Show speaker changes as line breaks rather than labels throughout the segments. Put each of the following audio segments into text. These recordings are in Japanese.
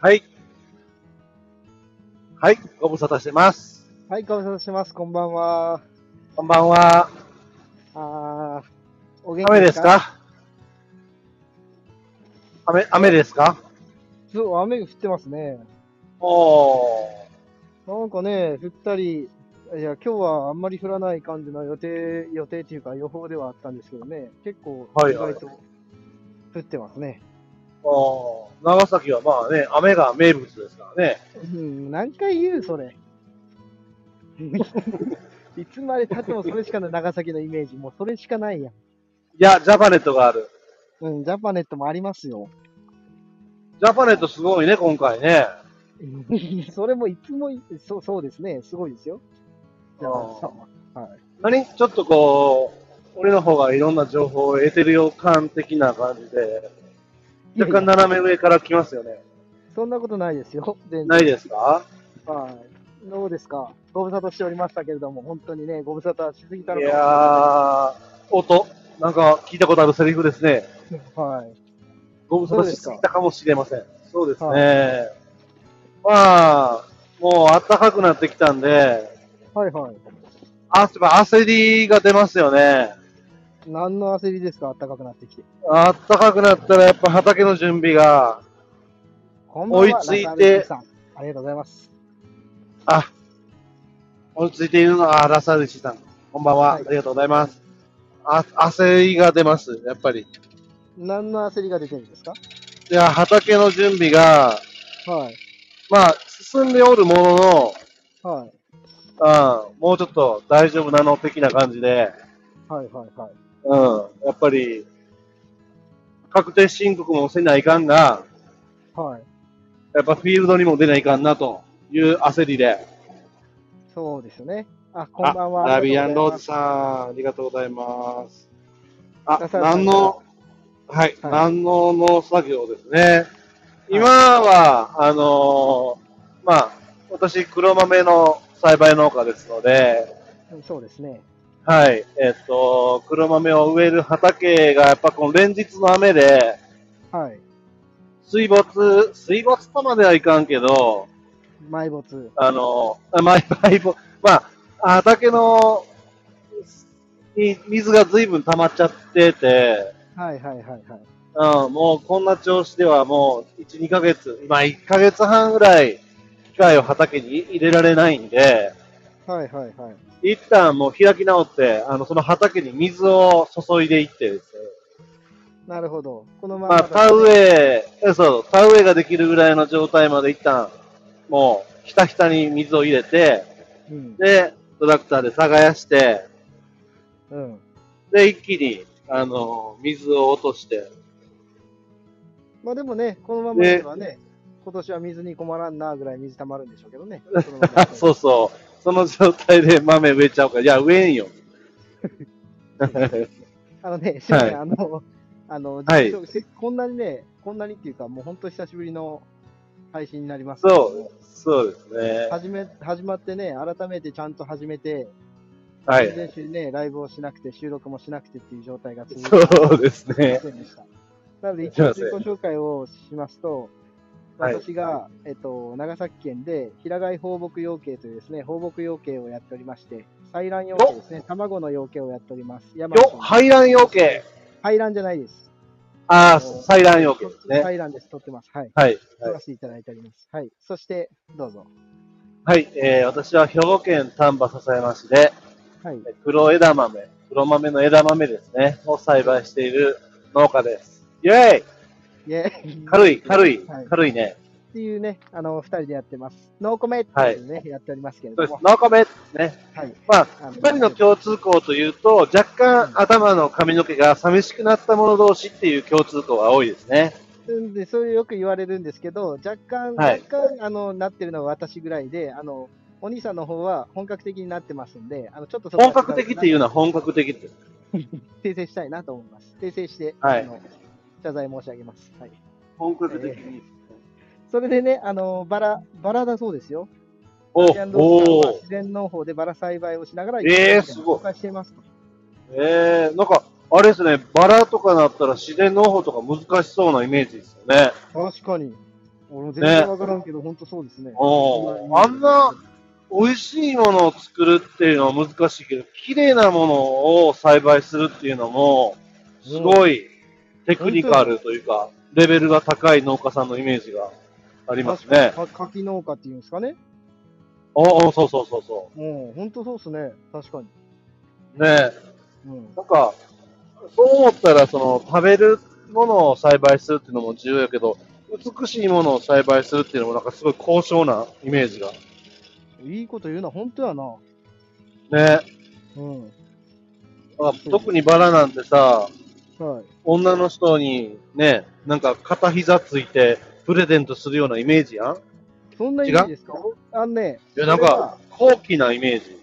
はい。はい、ご無沙汰してます。
はい、ご無沙汰してます。こんばんは。
こんばんは。
あー、お元気
雨ですか雨、雨ですか
そう、雨が降ってますね。
おー。
なんかね、降ったり、いや、今日はあんまり降らない感じの予定、予定っていうか予報ではあったんですけどね、結構、
はい
意
はい
外と降ってますね。
おー長崎はまあね、雨が名物ですからね。
うん、何回言う、それ。いつまで経ってもそれしかない、長崎のイメージ。もうそれしかないやん。
いや、ジャパネットがある。
うん、ジャパネットもありますよ。
ジャパネットすごいね、今回ね。
それもいつもい、そう、そうですね、すごいですよ。じゃ
あ
あ、
ー
さはい。
何ちょっとこう、俺の方がいろんな情報を得てるよ感的な感じで、若干
いやい
斜め上から来ますよね。
やそんなことないですよ。 全然
ないですか
はい。どうですかご無沙汰しておりましたけれども、本当にね、ご無沙汰しすぎたの
い
か
やー、音、なんか聞いたことあるセリフですね。
はい。
ご無沙汰しすぎたかもしれません。そうです
す
ね。
か
まあ、もう暖かくなってきたんで、
はいはい。
あやっぱ焦りが出ますよね。
何の焦りですか暖かくなってきて。
暖かくなったらやっぱ畑の準備が、
こんばん
追
は
いついて
中村ゆきさんありがとうございます。
あ、落ち着いているのは、あラサルシさん。こんばんは、
はい
ありがとうございます。あ、焦りが出ます、やっぱり。
何の焦りが出てるんですか
いや、畑の準備が、
はい。
まあ、進んでおるものの、
はい。
うん、もうちょっと大丈夫なの的な感じで、
はいはいはい。
うん、やっぱり、確定申告もせないかんが、
はい。
やっぱフィールドにも出ないかんなという焦りで。
そうですね。あ、こんばんは。
あラビアンローズ
ズ。
さん、ありがとうございます。あ
ラ、サルさん
南の、はい、
はい
南のの作業ですね。今は、あのーまあ、私、黒豆の栽培農家ですので、
そうですね。
はい、えっと、黒豆を植える畑が、やっぱこの連日の雨で、
はい。
水没、水没とまではいかんけど、
埋没。
あの、あまあ、埋没まあ、畑の、に水が随分溜まっちゃってて、
はいはいはいはい。
うん、もうこんな調子ではもう1、2ヶ月、今1ヶ月半ぐらい機械を畑に入れられないんで、
はいはいはい。
一旦もう開き直って、あの、その畑に水を注いでいってですね、
なるほど。このま
ま
ま
あ、
だと。
田植え、えそう、田植えができるぐらいの状態まで一旦、もう、ひたひたに水を入れて、
うん。
で、トラクターで耕して、
うん。
で、一気に、あの、水を落として、
まあでもね、このままではね、今年は水に困らんなぐらい水溜まるんでしょうけどね。そのま ま
そうそう、その状態で豆植えちゃうから、いや、植えんよ。
あのね、しかもね、
は
あの、あの、
はい
実はせこんなにね、こんなにっていうか、もう本当久しぶりの配信になりますけど
そう、そうですね。
始め、始まってね、改めてちゃんと始めて、
は
先
い。
々週ね、ライブをしなくて、収録もしなくてっていう状態が続いて
そうですね
ま。せんでした。なので、
すい
一応
ません
自己紹介をしますと、
はい
私が、えっと、長崎県で平飼い放牧養鶏というですね、放牧養鶏をやっておりまして、採卵養鶏ですね、卵の養鶏をやっております。山
よ、排卵養鶏。
採卵じゃないです。
ああ、採卵養鶏ですね。
採卵です、取ってます。はい。
はい。
取
は
ら
い
せていただいております。はい。そして、どうぞ。
はい、えー私は兵庫県丹波篠山市で、
はい。
黒枝豆、黒豆の枝豆ですね、を栽培している農家です。イェーイ
イェイっ
軽い、軽い
はい、
軽いね。
ていうね、あの、二人でやってます。ノーコメっていうね、やっておりますけれ
そう
ど
です
も。。
農家名ですね。
はい。
まあ、
あの
二人の共通項というと、若干頭の髪の毛が寂しくなった者同士っていう共通項が多いですね。
うんで、それよく言われるんですけど、若干、
はい
若干、あの、なってるのは私ぐらいで、あの、お兄さんの方は本格的になってますんで、あの、ちょっとそこは
本格的っていうのは本格的です。
訂正したいなと思います。訂正して、
はい
あの、謝罪申し上げます。はい。
本格的に。
それでね、あの、バラ、バラだそうですよ。
お
ジャンドーさんは
おー
自然農法でバラ栽培をしながら、
えーすごい
紹介していますと。
えー、なんか、あれですね、バラとかなったら自然農法とか難しそうなイメージですよね。
確かに。俺も全然わからんけど、本当そうですね。
おーあんな美味しいものを作るっていうのは難しいけど、綺麗なものを栽培するっていうのも、すごいテクニカルというか、レベルが高い農家さんのイメージがありますね。
か柿農家っていうんですかね。
おお、そうそうそうそ
うん、本当そうですね。確かに。
う。ねえ
うん。
なんか、そう思ったら、その、食べるものを栽培するっていうのも重要やけど、美しいものを栽培するっていうのも、なんかすごい高尚なイメージが。
いいこと言うな、本当やな。
ね
うん。
まあ特にバラなんてさ、
はい。
女の人にね、なんか片膝ついてプレゼントするようなイメージやん。い
そんなイメージですかあのね、
や、なんか高貴なイメージ。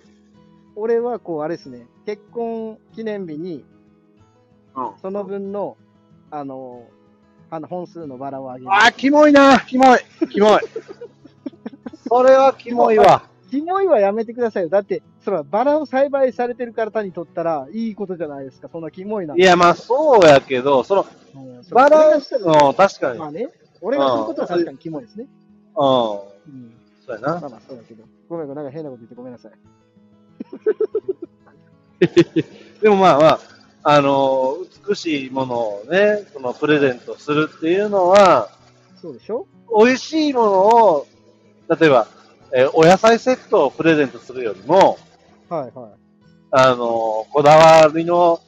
俺はこう、あれですね、結婚記念日に、
うん
その分の、あの、あの本数のバラをあげる。
あー、キモいな、キモい、キモい。 それはキモいわ。
キモいはやめてくださいよ。だって、それはバラを栽培されてる方にとったら、いいことじゃないですか。そんなキモいなん
い
て。
や、まあそうやけど、その
うんそれ
バラン
そ
ス
れが
の、確かに。う
ま
ん
あ。ね、俺がすることは確かにキモいですね。
そ
うん。
うや
ま
な。
あまあ、そうだけど。ごめんごめん、なんか変なこと言ってごめんなさい。
でもまあまあ、あのー美しいものをね、そのプレゼントするっていうのは、
そうでしょ
美味しいものを、例えば、えーお野菜セットをプレゼントするよりも、
はいはい。
あの、こだわりの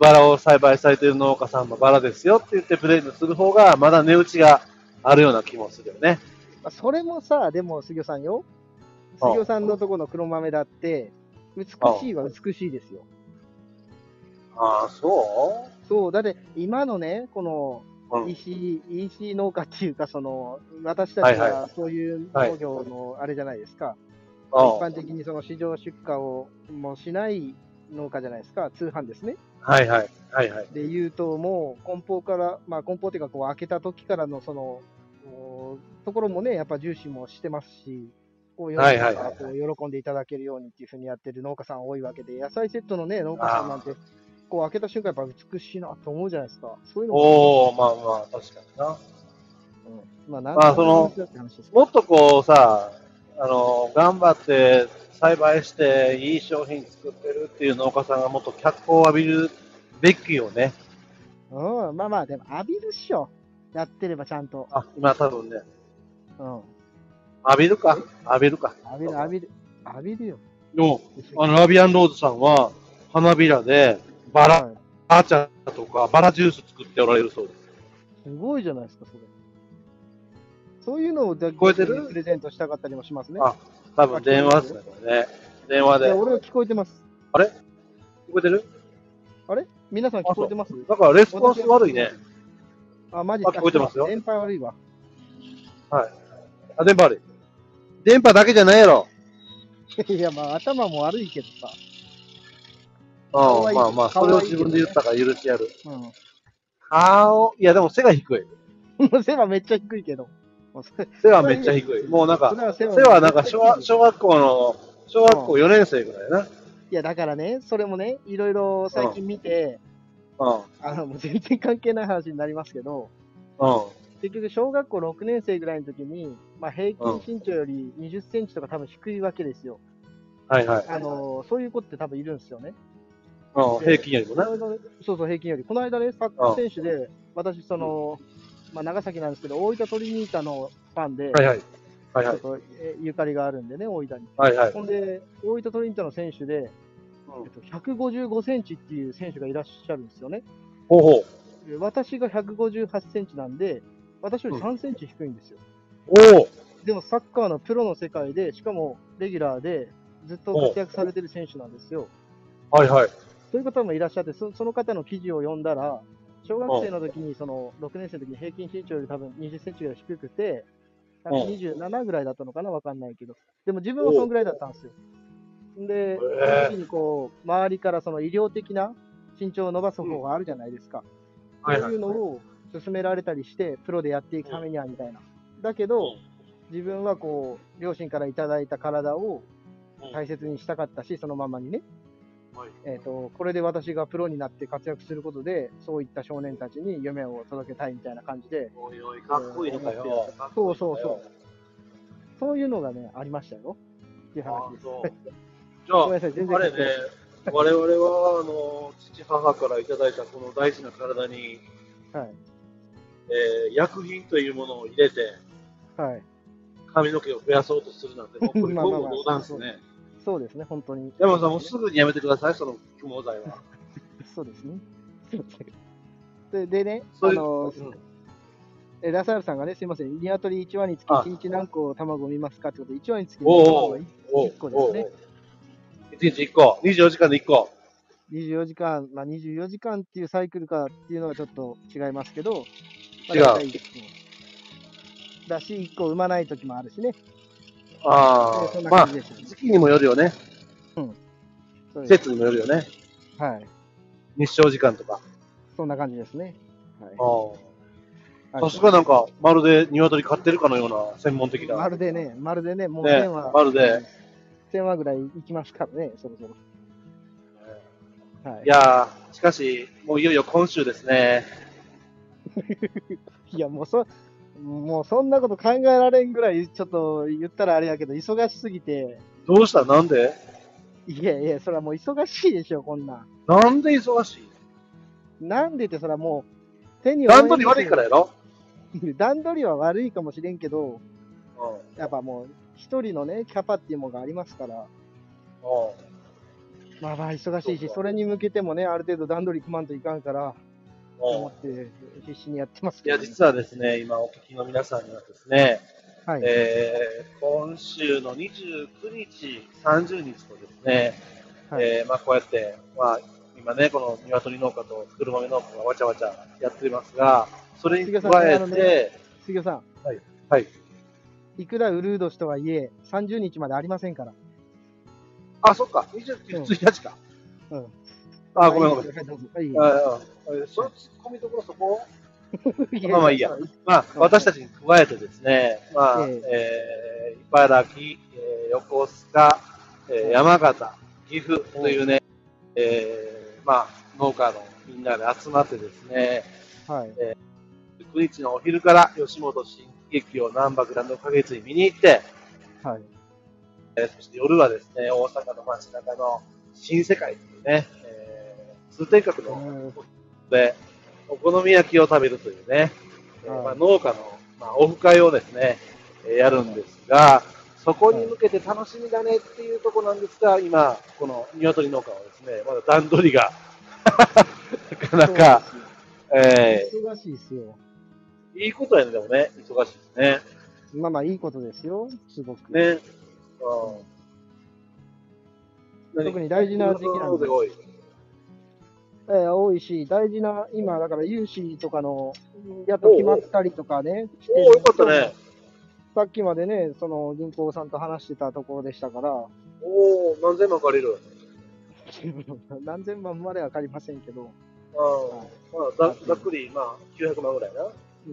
バラを栽培されている農家さんのバラですよって言ってプレゼントする方が、まだ値打ちがあるような気もするよね。
まあ、それもさ、でも杉尾さんよ。
ああ
杉尾さんのとこの黒豆だって、美しいは美しいですよ。
ああ、そ
そう、だって今のね、この
ううん。
石、石農家っていうか、その、私たち
はいは
がそういう
はい
農業のあれじゃないですか。一
は
般的にその市場出荷をもうしない農家じゃないですか。通販ですね。
いはい。はいはい。
で言うと、もう梱包から、まあ梱包っていうか、こう開けた時からのその、おところもね、やっぱ重視もしてますし、こう世の
はいは
中
いは
が
い
こう喜んでいただけるようにっていうふうにやってる農家さん多いわけで、野菜セットのね、農家さんなんて、こう開けた瞬間やっぱ美しいなと思うじゃないですか。そういうのも、
おおまあまあ、確かにな。
うん、まあ、なん
まあその
なんて話ですか
もっとこうさ、あの、頑張って栽培して、いい商品作ってるっていう農家さんがもっと脚光を浴びるべきよね。
うん、まあまあ、でも浴びるっしょ。やってればちゃんと。
あ、今多分ね、
うん。
浴びるか浴びるか。
浴びる、浴びる。浴びるよ。
の、あの、ラビアンローズさんは、花びらで、バラ、
はい
バーチャーとか、バラジュース作っておられるそうです。
すごいじゃないですか、それ。そういうのをだ
聞こえてる
プレゼントしたかったりもしますね。
あ多分電話ですね、これね。電話
い
で。
や
聞
俺は聞こえてます。
こえてる
皆さん聞こえてます
なんか、レスポンス悪いね。
あ、マジですか
あ聞こえてますよ
電波悪いわ。
あ、電波悪い。電波だけじゃないやろ。
いや、まあ、頭も悪いけどさ。可
う
愛
ん、
い
まあまあ、それを自分で言ったから許してやる。顔、いやでも背が低い。
うん。背はめっちゃ低いけど。もうそれ
背はめっちゃ低い。もうなん
そ
か、
れは背
背はなんか小
めっちゃ低
学、
い
小学校の、小学校4年生ぐらいや
いや、だからね、それもね、いろいろ最近見て、
な。
あの、もう全然関係ない話になりますけど、
うん。うん。
結局、小学校6年生ぐらいの時に、まあ、平均身長より20センチとか多分低いわけですよ。
はいはい。
あの、そういう子って多分いるんですよね。
うん、平均よりも
こ
な
の。間ねそうそう、平均より。この間ね、サッカー選手で、私、その、まあ、長崎なんですけど、大分トリニータのファンで、
はいはい。はい
ちょ
はい。
っとえゆかりがあるんでね、大分に。
はいはい。
ほんで、大分トリニータの選手で、
うん
えっと、155センチっていう選手がいらっしゃるんですよね。
ほうほう。
で私が158センチなんで、私より3センチ低いんですよ。
おお
でも、サッカーのプロの世界で、しかもレギュラーで、ずっと活躍されてる選手なんですよ。
はいはい。
そういう方もいらっしゃって、そその方の記事を読んだら、小学生の時に、その6年生の時に平均身長より多分20センチぐらい低くて、
うん
27ぐらいだったのかな、わかんないけど、でも自分はそのぐらいだったんですよ。で、その時にこう周りからその医療的な身長を伸ばす方法があるじゃないですか。
はい
そう
はい
いうのを勧められたりして、プロでやっていくためにはみたいな。だけど、自分はこう両親からいただいた体を大切にしたかったし、そのままにね。
はい
えー、とこれで私がプロになって活躍することでそういった少年たちに夢を届けたいみたいな感じで
おいおい、かっこいいのかよ。
そうそうそうそういうのがねありましたよっていう話
あ
です
そう
ごめん
じ
なさい全
ゃあ、あ
然
れね、我々は、あの、父母からいただいたこの大事な体に、
はい
えー薬品というものを入れて、
はい
髪の毛を増やそうとするなんて、もうこれ、
まあまあ
言
まあ
語道断ですね。
そうですね本当に
山本さん、もうすぐにやめてください、その不毛剤は。
そうですね ででねあ
そういう
の
うん
えラサールさんがねすいませんニワトリ1羽につき
あ
1日何個卵を産みますかってことで1羽につき
おうお
卵
う
を1個ですね
1日1個、24時間で1個。
24時間、まあ、24時間っていうサイクルかっていうのはちょっと違いますけど、まあ
違う
大体いいですねだし、1個産まない時もあるしね。
あ
えーそん
あ、
な
ま
感
あ
じ、ですよね。
時期にもよるよね。
そう
季
です
節にもよるよね。
はい。
日照時間とか。
そんな感じですね。は
あ
い。
あ。さすがなんか、まるで鶏飼ってるかのような専門的な。
まるでね、まるでね、もう
ね
1000話、
まるで
1000話ぐらいいきますからね、そろそろ。はい
い。やー、しかし、もういよいよ今週ですね。
いや、もうそ、もうそんなこと考えられんぐらい、ちょっと言ったらあれやけど、忙しすぎて、
どうしたなんで
いやいや、それはもう忙しいでしょ、こんなん。
なんで忙しい
なんでって、それはもう、手に負え
段
ん
取り悪いからやろ、
段取りは悪いかもしれんけど、
うんうん、
やっぱもう、一人のね、キャパっていうものがありますから、まあまあ忙しい
そう
し、
か
それに向けてもね、ある程度段取り組まんといかんから、と
うん
思って必死にやってます
い
け
や、
どね、
実はですね、今お聞きの皆さんにはですね、
はい、
えー今週の29日、30日とですね、
はい
えーまあ、こうやって、まあ、今ね、この鶏農家と黒豆農家がわちゃわちゃやってますが、それに加え
杉
て、
浦さんね杉尾さ
はい、
ん、いくらウルード氏とはいえ、30日までありませんから。
あ、そっか、29、
うん
1日か。
うん、
あ、ごめんごめん。
はいどうぞはい
あああその突っ込みどころそこ
い
まあまあいいやまあ、私たちに加えてですね、まあ、
え
えー茨城、えー横須賀、えー山形、岐阜というね、えーまあ、農家のみんなで集まってですね、
はい、
9日のお昼から吉本新喜劇を南波グランド花月に見に行って、
はい、
えーそして夜はですね、大阪の街中の新世界というね、えー通天閣の
うん
で、お好み焼きを食べるというね、えーまあ、農家の、まあ、オフ会をですね、えーやるんですが、そこに向けて楽しみだねっていうところなんですが、今、この鶏農家はですね、まだ段取りが、 なかなか、え
忙しいですよ。
ーいいことやね、でもね、忙しいですね。
まあまあいいことですよ、すごく。
ね。うん、
特に大事な時期なんで
で。多い
えー多いし、大事な、今、だから、融資とかの、やっと決まったりとかね、して
おお、よかったね。。
さっきまでね、その銀行さんと話してたところでしたから、
おお、何千万借りる。
何千万までは借りませんけど、
うん。まあ、ざざっくり、まあ、900万ぐらいな。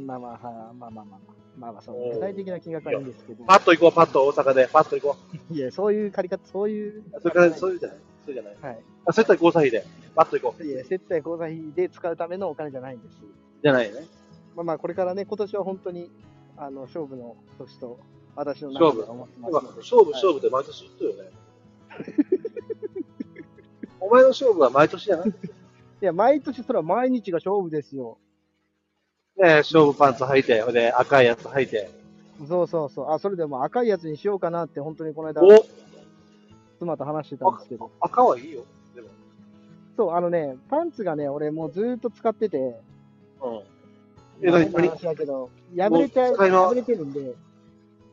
まあまあ、はまあまあまあまあ、まあまあ、そ
お
の
う
具体的な金額はいいんですけど、
パッと行こう、パッと大阪で、パッと行こう。
いや、そういう借り方、そういう、
それから、そういうじゃない。そうじゃない。
はい、
あ、接待交際費で、パッと行こう。
いや接待交際費で使うためのお金じゃないんです。
じゃないね。
まあまあ、これからね、今年は本当に、あの、勝負の年と、私の中では思ってます
今、
ので
勝負、
はい
勝負って毎年言っとるよね。 お前の勝負は毎年じゃないね
いや、毎年、それは毎日が勝負ですよ。
え、勝負パンツ履いて、ほいで赤いやつ履いて。
そうそうそう。あ、それでも赤いやつにしようかなって、本当にこの間、
お
妻と話してたんですけど。
赤はいいよ。で
そう、あのね、パンツがね、俺もうずーっと使ってて、
も。うん。え、
今
何
変な
何
話だけど、破れて、
もう使いま
破れてるんで、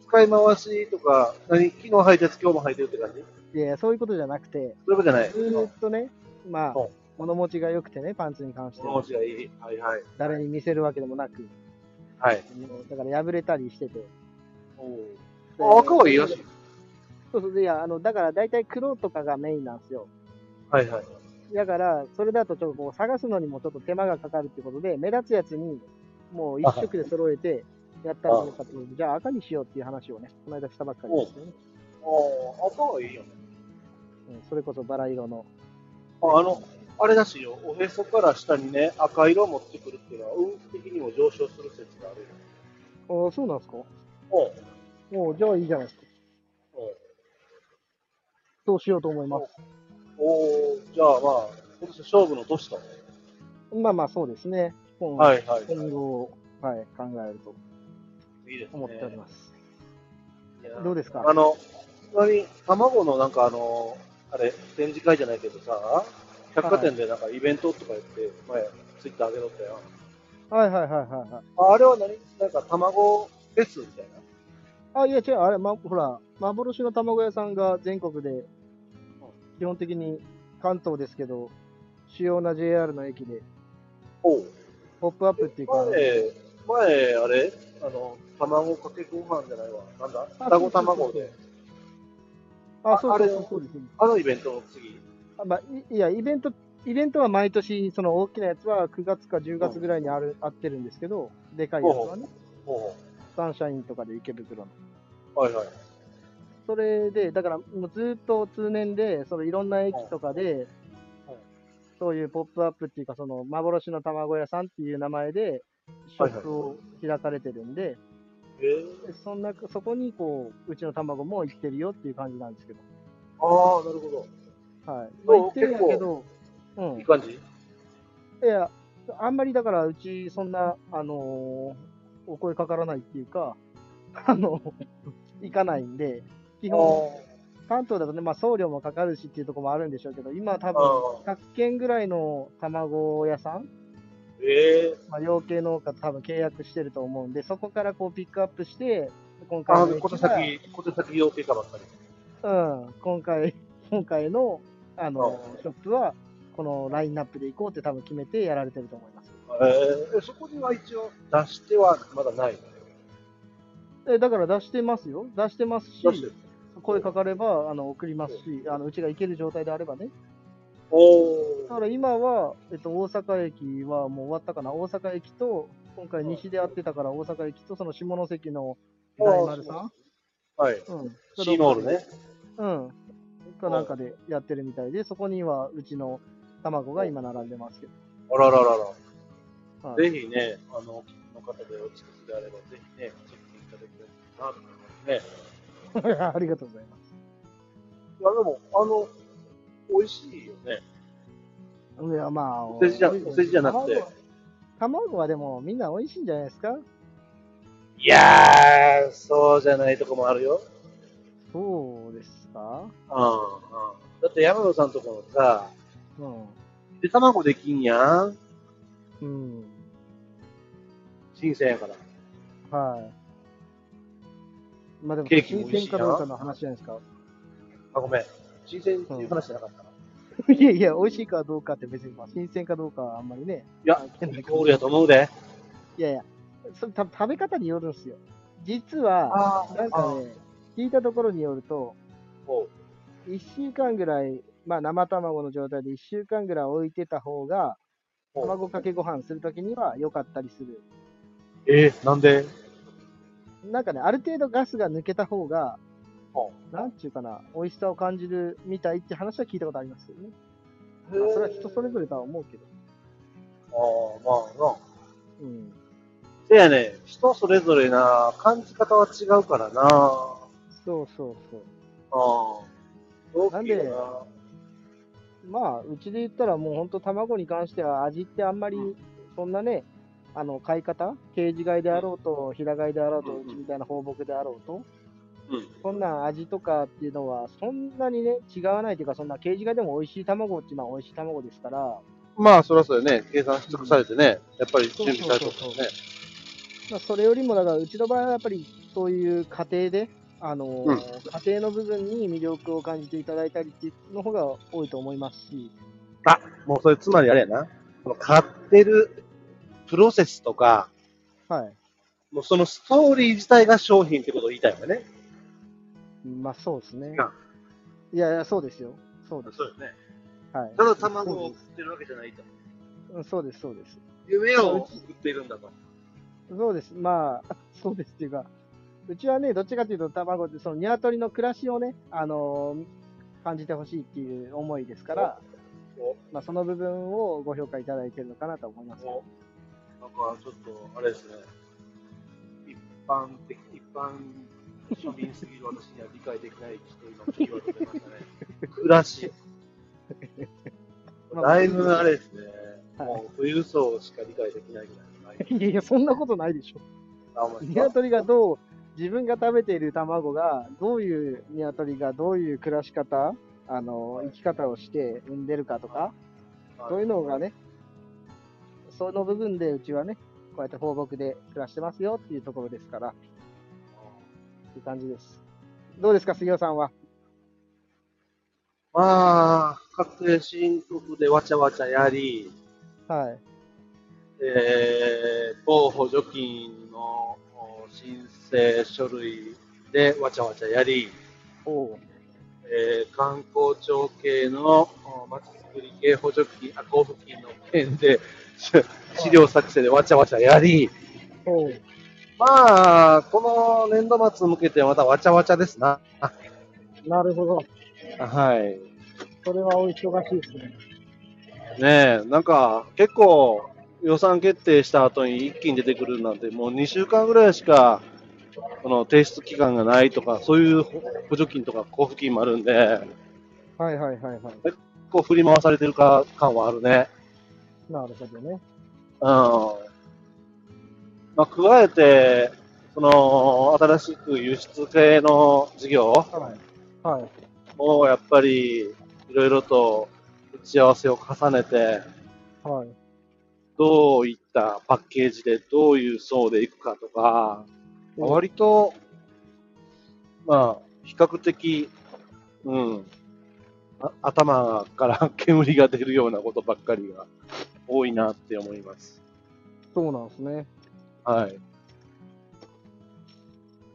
使い回しとか、何昨日履いたやつ、今日も履いてるって感じそうい
いや、そういうことじゃなくて、
うことじゃない。
ずーっとね、まあ
うん、
物持ちが良くてね、パンツに関して
物
は
持ちがいい。はいはい。
誰に見せるわけでもなく、
はい。
もうだから破れたりしてて。で
あ赤はいいらしい。
そうそう、いや、あの、だから大体黒とかがメインなんですよ。
はいはい。
だから、それだとちょっとこう探すのにもちょっと手間がかかるってことで、目立つやつにもう一色で揃えてやったらどうかと、じゃあ赤にしようっていう話をね、この間したばっかりですよね。
ああ、赤はいいよね。
うんそれこそバラ色の
あの、あれだしよ、おへそから下にね、赤色を持ってくるっていうのは、運気的にも上昇する説があるよ。
ああ、そうなんですか
おう
おうじゃあいいじゃないですか。
おう
そうしようと思います。
おうじゃあまあ、今年勝負の年だね。
まあまあ、そうですね。今後、
はいはい、
今後はい、考えると
いいですね。
思っております。
いや
どうですか
あの、本当に卵のなんかあの、あれ、展示会じゃないけどさ、百貨店でなんかイベントとかやって、前、ツイッター上げとったよ。
はいはいはいはいはい。
ああれは何なんか卵フェスみたいな。
あ、いや違う、あれ、ま、ほら、幻の卵屋さんが全国で、基本的に関東ですけど、主要な JR の駅で、
おう
ポップアップっていうか、
前、前、あれあの、卵かけご飯じゃないわ。なんだ双子卵で。
あ、そ
ああ
うそうそう
れ
そうですね。
あのイベントの次。
あまあ、いいや、イベント、イベントは毎年、その大きなやつは9月か10月ぐらいにある、あってるんですけど、でかいやつはね、
おう
サンシャインとかで池袋の。
はいはい。
それで、だから、もうずっと通年で、そのいろんな駅とかで
はい、
そういうポップアップっていうか、その幻の卵屋さんっていう名前で、ショップを開かれてるんで、
えー、
でそんな、そこにこう、うちの卵も行ってるよっていう感じなんですけど、
ああ、なるほ
はい。まあ、
お
行ってるんやけど、う
ど。
ん
いい。感じ
いや、あんまりだから、うち、そんな、あのーお声かからないっていうか、 あの、行かないんで、基本、関東だとね、まあ、送料もかかるしっていうところもあるんでしょうけど、今、多分100軒ぐらいの卵屋さん、
ええー。
まあ、養鶏農家と多分契約してると思うんで、そこからこうピックアップして、今回
あ
の駅
小手
が
先、小手先養鶏家ばっかり。
うん、今回、 今回の、あの
う、ん
ショップは、このラインナップで行こうって多分決めてやられてると思います。
えー、そこには一応出してはまだない。
え、だから出してますよ。出してますし、
出してる。
声かかればあの送りますし、あのうちが行ける状態であればね。
お
だ
ー
から今は、えっと、大阪駅はもう終わったかな、大阪駅と、今回西で会ってたから、大阪駅と、その下関の大丸さん、
はい。
うん、
シーモールね。
うん、かなんかでやってるみたいで、そこにはうちの卵が今並んでますけど、
あらららら。
は
ぜ
い
ひね、あの、お聞きの方でお近くであれば、ぜひね、チェックいただければなと思いますね。
ありがとうございます。
いや、でも、あの、美味しいよね。
いや、まあ、
お世辞じゃお世辞じゃなくて
卵は。卵はでもみんな美味しいんじゃないですか
いやー、そうじゃないとこもあるよ。
そうです
うん、
か
うん。だって山野さんとこのさ、
うん。
ゆで卵できんやん。
うん。
新鮮やから。
はい。まあでも、
ケーキも
新
美味しい
鮮か
な
どうかの話じゃないですか。
あ、ごめん。新鮮っていう話じゃなかったな。
いやいや、美味しいかどうかって別に、まあ、新鮮かどうかはあんまりね。
いや、イコールやと思うで。
いやいや、それ多分食べ方によるんですよ。実は、
あ
なんかね、聞いたところによると、
おう
1週間ぐらい、まあ生卵の状態で1週間ぐらい置いてた方が、
おう
卵かけご飯するときには良かったりする。
えー、なんで
なんかね、ある程度ガスが抜けた方が、
おう
なんちゅうかな、美味しさを感じるみたいって話は聞いたことありますよね。まあ、それは人それぞれとは思うけど。
ああ、まあな。
うん。
せやね、人それぞれな、感じ方は違うからな。あ
そうそうそう。
あ。大きいよ
なんでまあ、うちで言ったらもう本当卵に関しては味ってあんまり
う
そんなね、あの、買い方ケージ買いであろうと、平買いであろうと、
うんうん
うちみたいな放牧であろうと、
な。うん。
そんな味とかっていうのはそんなにね、違わないというか、そんなケージ買いでも美味しい卵っていうのは美味しい卵ですから、
まあ、そりゃそうだよね。計算し尽くされてね、やっぱり準備されてる
そう
も
そ
ん
う
ね。
まあ、それよりもだから、うちの場合はやっぱりそういう家庭で、あのー
うん
家庭の部分に魅力を感じていただいたりっていうの方が多いと思いますし、
もうそれ、つまりあれやな。この買ってるプロセスとか、
はい。
もうそのストーリー自体が商品ってことを言いたいよね。
まあそうですね
な。
いやいや、そうですよ。そうです。
そうよね。
はい。
ただ卵を送ってるわけじゃないと。
うんそうです、そうです。
夢を送っているんだと。
そうです。まあ、 そうですっていうか、うちはね、どっちかというと卵って、その鶏の暮らしをね、あのー感じてほしいっていう思いですから、まあ、その部分をご評価いただいてるのかなと思います。
おなんかちょっと、あれですね。一般的、一般庶民すぎる私には理解できないちょっと今、言われてましたね。暮らし。
まあ
だいぶあれですね。
はい
もう富裕層しか理解できないぐらいの内
いやいや、そんなことないでしょ。
容。あお前
鶏がどう、自分が食べている卵が、どういう鶏がどういう暮らし方、あの、生き方をして産んでるかとか、
はい
そういうのがね、その部分でうちはね、こうやって放牧で暮らしてますよっていうところですから、っていう感じです。どうですか、杉尾さんは。
まあ、確定申告でわちゃわちゃやり、
はい。
えー、某補助金のお申請書類でわちゃわちゃやり、
おう
えー観光庁系のおまちづくり系補助金、あ交付金の件でし資料作成でわちゃわちゃやり、
おう
まあ、この年度末向けてまたわちゃわちゃですな。
なるほど。
はい。
それはお忙しいですね。
ねえ、なんか結構予算決定した後に一気に出てくるなんて、もう2週間ぐらいしかこの提出期間がないとか、そういう補補助金とか交付金もあるんで、
はいはいはいはい。
結構振り回されてるか感はあるね。
なるほどね。
うん。まあ、加えて、その新しく輸出系の事業
はい。はい。
をやっぱりいろいろと打ち合わせを重ねて、
はい。
どういったパッケージでどういう層でいくかとか、まあ割と、まあ、比較的、うん、あ頭から 煙が出るようなことばっかりが多いなって思います。
そうなんですね。
はい。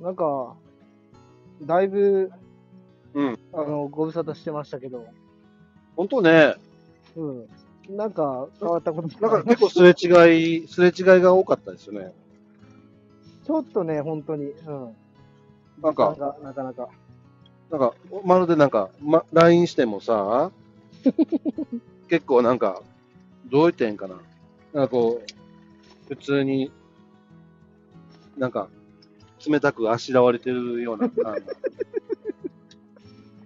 なんか、だいぶ、
うん。
あの、ご無沙汰してましたけど、
本当ね、
うん。なんか、変わったこと
なんか結構すれ違い、すれ違いが多かったですよね。
ちょっとね、本当に、うん。
なんか、
なかなかなか。
なんか、まるでなんか、ま、LINE してもさ、結構なんか、どう言ってんかな。なんかこう、普通に、なんか、冷たくあしらわれてるような。あ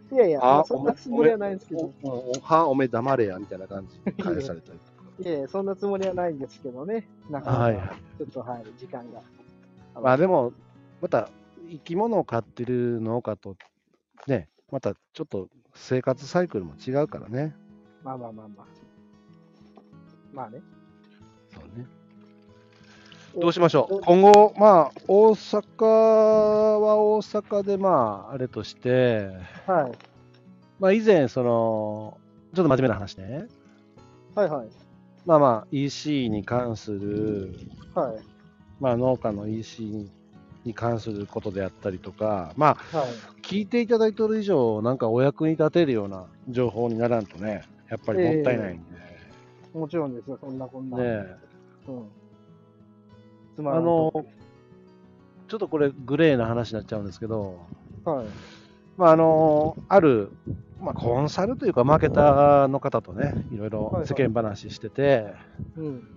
いやいや、まあそ
お
ん
め
なつもりはないんですけど、
おおおは、おめ黙れや、みたいな感じで返されたり。
いやいや、そんなつもりはないんですけどね、なかなか、
はいはい。
ちょっとはい、時間が。
まあでも、また生き物を飼ってる農家と、ね、またちょっと生活サイクルも違うからね。
まあまあまあまあ。まあね。
そうね。
どうしましょう。
今後、まあ、大阪は大阪で、まあ、あれとして、
はい。
まあ、以前、その、ちょっと真面目な話ね。
はいはい。
まあまあ、EC に関する、
はい。
まあ、農家の EC に関することであったりとか、まあ、
はい。
聞いていただいてる以上、なんかお役に立てるような情報にならんとね、やっぱりもったいないんで。
もちろんですよ、そんなこんな。
ねえ
うん。つま
あ
らん
の
と、
ちょっとこれグレーな話になっちゃうんですけど、
はい。
まあ、あの、ある、まあ、コンサルというか、マーケターの方とね、いろい
はいは
ろ
い
世間話してて、
うん。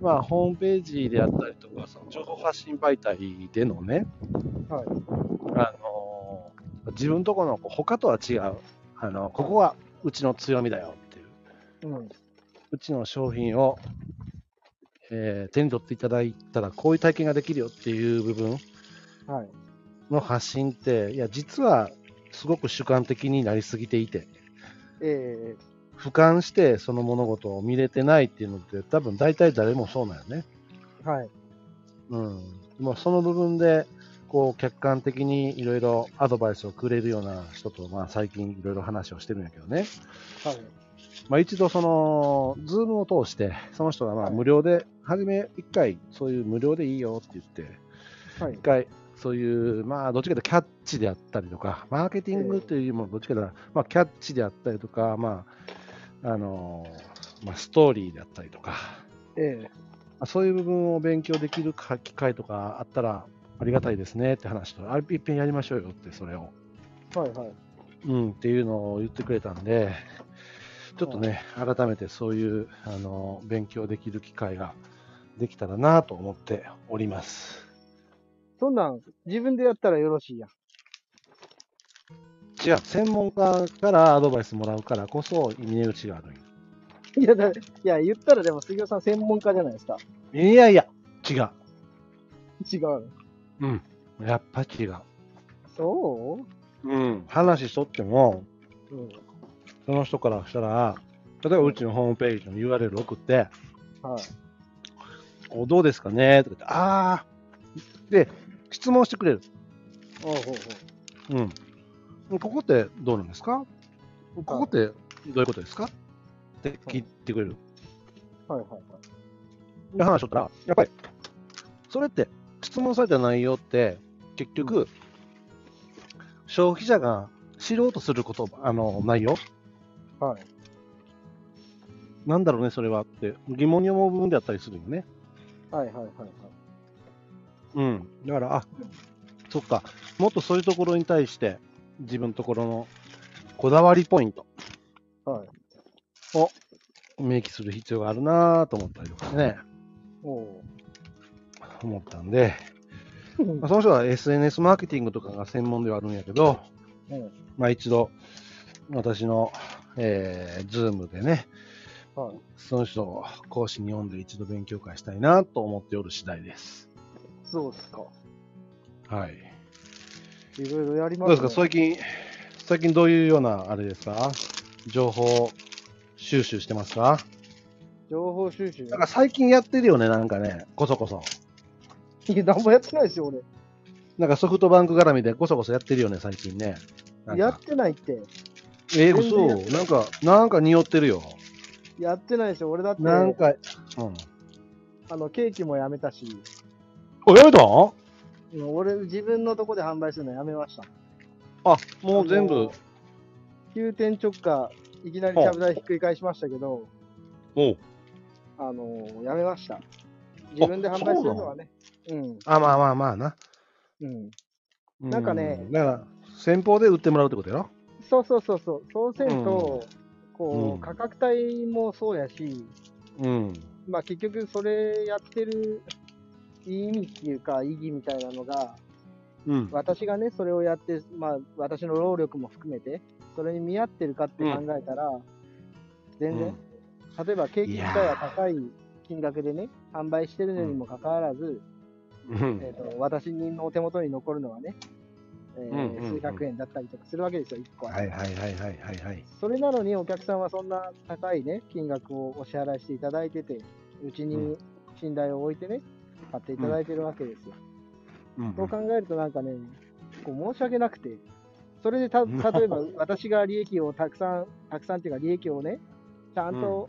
まあ、ホームページであったりとか、その情報発信媒体でのね、
はい。
あの、自分とこの他とは違う、あの、ここはうちの強みだよっていう、
うん。
うちの商品を、えー手に取っていただいたら、こういう体験ができるよっていう部分
はい。
の発信って、いや、実はすごく主観的になりすぎていて、
ええ
俯瞰してその物事を見れてないっていうのって、多分大体誰もそうなんよね。
はい。
うん。まあ、その部分で、こう、客観的にいろいろアドバイスをくれるような人と、まあ、最近いろいろ話をしてるんやけどね。
はい。
まあ、一度、その、ズームを通して、その人がまあ、無料で、はじめ一回、そういう無料でいいよって言って、
はい
一。回、そういう、まあ、どっちかというとキャッチであったりとか、マーケティングというよりも、どっちかというと、まあ、キャッチであったりとか、まあ、あのーまあ、ストーリーであったりとか、
ええ
まあそういう部分を勉強できるか機会とかあったらありがたいですねって話と、あれ、いっぺんやりましょうよって、それを。
はいはい。
うん、っていうのを言ってくれたんで、ちょっとね、改めてそういう、あの、勉強できる機会ができたらなと思っております。
そんなん、自分でやったらよろしいやん。
違う、専門家からアドバイスもらうからこそ、峰口があるんよ
いや、だいや言ったらでも、杉尾さん専門家じゃないですか。
いやいや、違う。
違う。
うん。やっぱ違う。
そ
うん。話しとっても、
う、うん、
その人からしたら、例えばうちのホームページの URL 送って、
はい。
おどうですかねとか言って、ああ。で、質問してくれる。
おうほうほう。
うん。ここってどうなんですかここってどういうことですかって聞いてくれる。
はいはいはい。
で話しとったら、やっぱり、それって質問された内容って、結局、消費者が知ろうとすること、あの、内容
はい。
なんだろうね、それはって疑問に思う部分であったりするよね。
はいはいはいはい。
うん。だから、あ、そっか、もっとそういうところに対して、自分のところのこだわりポイント
はい。
を明記する必要があるなぁと思ったりとかね、
お お
思ったんで、
う。
まあ、その人は SNS マーケティングとかが専門ではあるんやけど、
うん
まあ一度、私の、えー、ズームでね、
はい。
その人を講師に読んで一度勉強会したいなと思っておる次第です。
そうですか。
はい。
いろいろやり
ど
ま
う
す、
ですか、最近、最近どういうような、あれですか、情報収集してますか
情報収集。
なんか最近やってるよね、なんかね、こそこそ。
いや、なんもやってないですよ、俺。
なんかソフトバンク絡みでこそこそやってるよね、最近ね。なんか
やってないって。
えー、
全然やっ
嘘なんか、なんか匂ってるよ。
やってないですよ、俺だって、
なんか、うん。
あのケーキもやめたし、
お、やめたん
うん俺、自分のとこで販売するのやめました。
あ、もう全
あ
部
の。急転直下、いきなりちゃぶ台ひっくり返しましたけど、
おう
あのやめました。自分で販売するのはね。うん、
あ、まあまあまあな。
うん。
う
なんかね
だから、先方で売ってもらうってことやろ
そうそうそうそう。そうせんと、こ
う
う、
ん
価格帯もそうやし、
うん。
まあ結局それやってる意味っていうか意義みたいなのが、
うん。
私がね、それをやって、まあ私の労力も含めて、それに見合ってるかって考えたら、全然、例えばケーキ自体は高い金額でね、販売してるのにもかかわらず、
うん。
えー、と私のお手元に残るのはね、えー
うんうんうん
数百円だったりとかするわけですよ、1個は。
はいはいはいはいはいはい。
それなのにお客さんはそんな高いね、金額をお支払いしていただいてて、うち
う
に信頼を置いてね、買っていただいてるわけですよ。
うん
そう考えるとなんかね、こう申し訳なくて、それでた例えば 私が利益をたくさん、たくさんっていうか利益をね、ちゃんと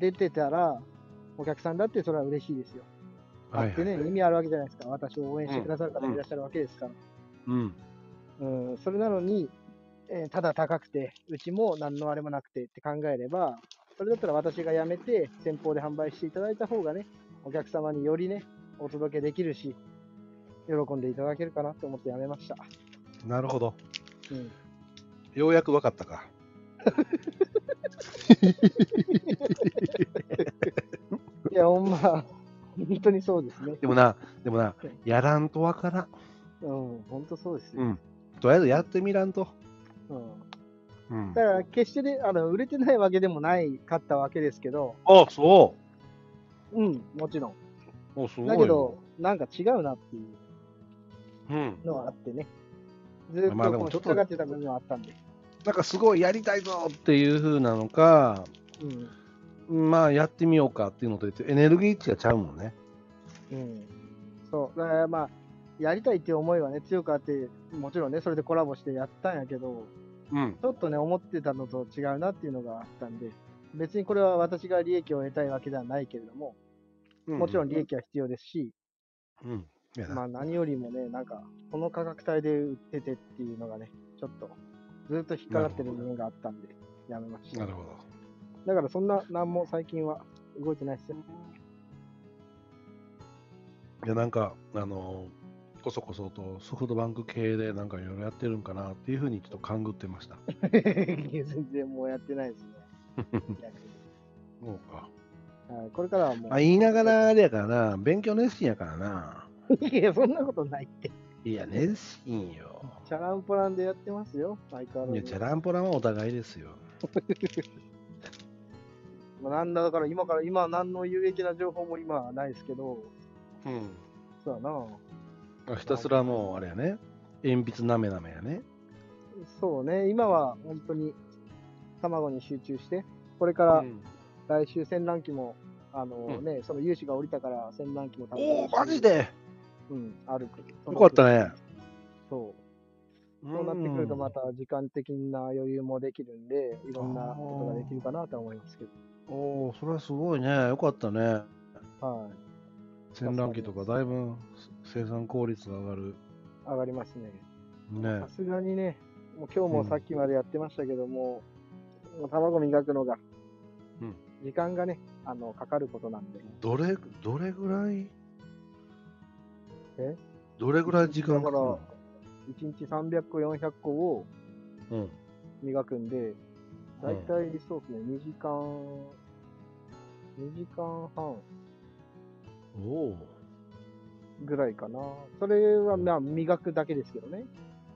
出てたら、お客さんだってそれは嬉しいですよ。
は
あ
い
ってね、
はい
意味あるわけじゃないですか。私を応援してくださる方いらっしゃるわけですから。
うん。
うん、それなのに、えーただ高くて、うちも何のあれもなくてって考えれば、それだったら私が辞めて、先方で販売していただいた方がね、お客様によりね、お届けできるし、喜んでいただけるかなと思って辞めました。
なるほど。
うん、
ようやくわかったか。
いや、ほんま、本当にそうですね。
でもな、でもな
うん、
やらんとわからん。
うん、本当そうですよ。
うん。とりあえずやってみらんと。
うん、
うん
だから、決してね、あの売れてないわけでもないかったわけですけど、
あ、そ
うん、もちろん。
う。あ、すごいよ。
だけど、なんか違うなってい
う
う。
ん。
のはあってね、ずーっ
まあで
とこ
も
う
ちょ
引っ
っと
かかってた部分はあったんで、
なんかすごいやりたいぞっていう風なのか、
うん
まあやってみようかっていうのとエネルギー値がちゃうもんね。
うん、そう、だからまあ、やりたいっていう思いはね、強くあって、もちろんね、それでコラボしてやったんやけど、
うん。
ちょっとね、思ってたのと違うなっていうのがあったんで、別にこれは私が利益を得たいわけではないけれども、もちろん利益は必要ですし、
うん。いやな
まあ何よりもね、なんか、この価格帯で売っててっていうのがね、ちょっと、ずーっと引っかかってる部分があったんで、やめました。
なるほど。
だからそんな、なんも最近は動いてないですよ。
いや、なんか、あのこそこそとソフトバンク系でなんか いろいろやってるんかなっていうふうにちょっと勘ぐってました。
全然もうやってないですね。
そうか。
はい、これからはも
まあ、言いながらあれやからな、勉強熱心やからな。
う、いや、そんなことないって。
いや、熱心よ。
チャランポランでやってますよ、相変わ
いや、
ら
チ
ず
ャ。ランポランはお互いですよ。
まあなんだ、だから今から、今、何の有益な情報も今はないですけど、
うん。
そうやな。
ひたすらもう、あれやね。鉛筆なめなめやね。
そうね、今は本当に卵に集中して、これから
うん
来週戦乱期も、あの
うん
ね、その融資が降りたから戦乱期も多分
おお、マジで
うん、あるけど
よかった。ね。
そう。
そ
そうなってくると、また時間的な余裕もできるんで、いろんなことができるかなとは思いますけ
おお、それはすごいね。よかったね。
ど、はい、
戦乱期とかだいぶ生産効率が上がる。
上がりますね。
ね
さ。すがにね、もう今日もさっきまでやってましたけども、もう卵磨くのが
うん、
時間がね、あのかかることなんで、
どれ、どれぐらい
え
どれぐらい時間かかるの
1日300個、400個を
うん。
磨くんで、だいたいそうですね、2時間、2時間半
おお
ぐらいかな。それはまあ磨くだけですけどね。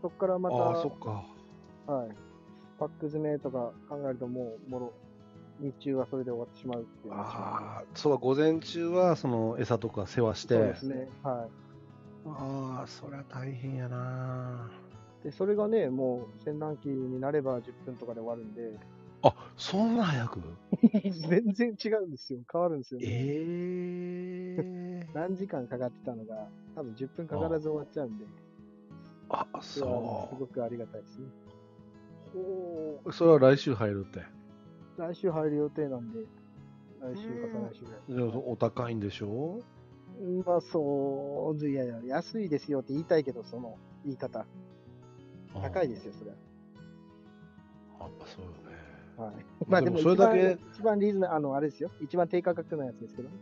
そこからま
ー。
た、
ああ、そっか。
はい、パック詰めとか考えるともう、もろ、日中はそれで終わってしまうっていう。
ああ、そうか、午前中はその餌とか世話して。
そうですね。はい。
ああ、そりゃ大変やな。
で、それがね、もう、戦乱期になれば10分とかで終わるん で、
あそんな早く
全然違うんですよ。変わるんですよね。
ええ
何時間かかってたのが、多分10分かからず終わっちゃうんで、
あ
それはす
そ
ごくありがたいですね。
う。ほうそれは来週入るって。
来週入る予定なんで、来週か再来週ぐらい。
でもお高いんでしょ。
うんまあ、そう、いやいや、安いですよって言いたいけど、その言い方、高いですすよ、それは。
あやっぱそうよね。
はい、
まあでもそれだけ
一番一番リーズナあの、あれですよ、一番低価格なやつですけどね。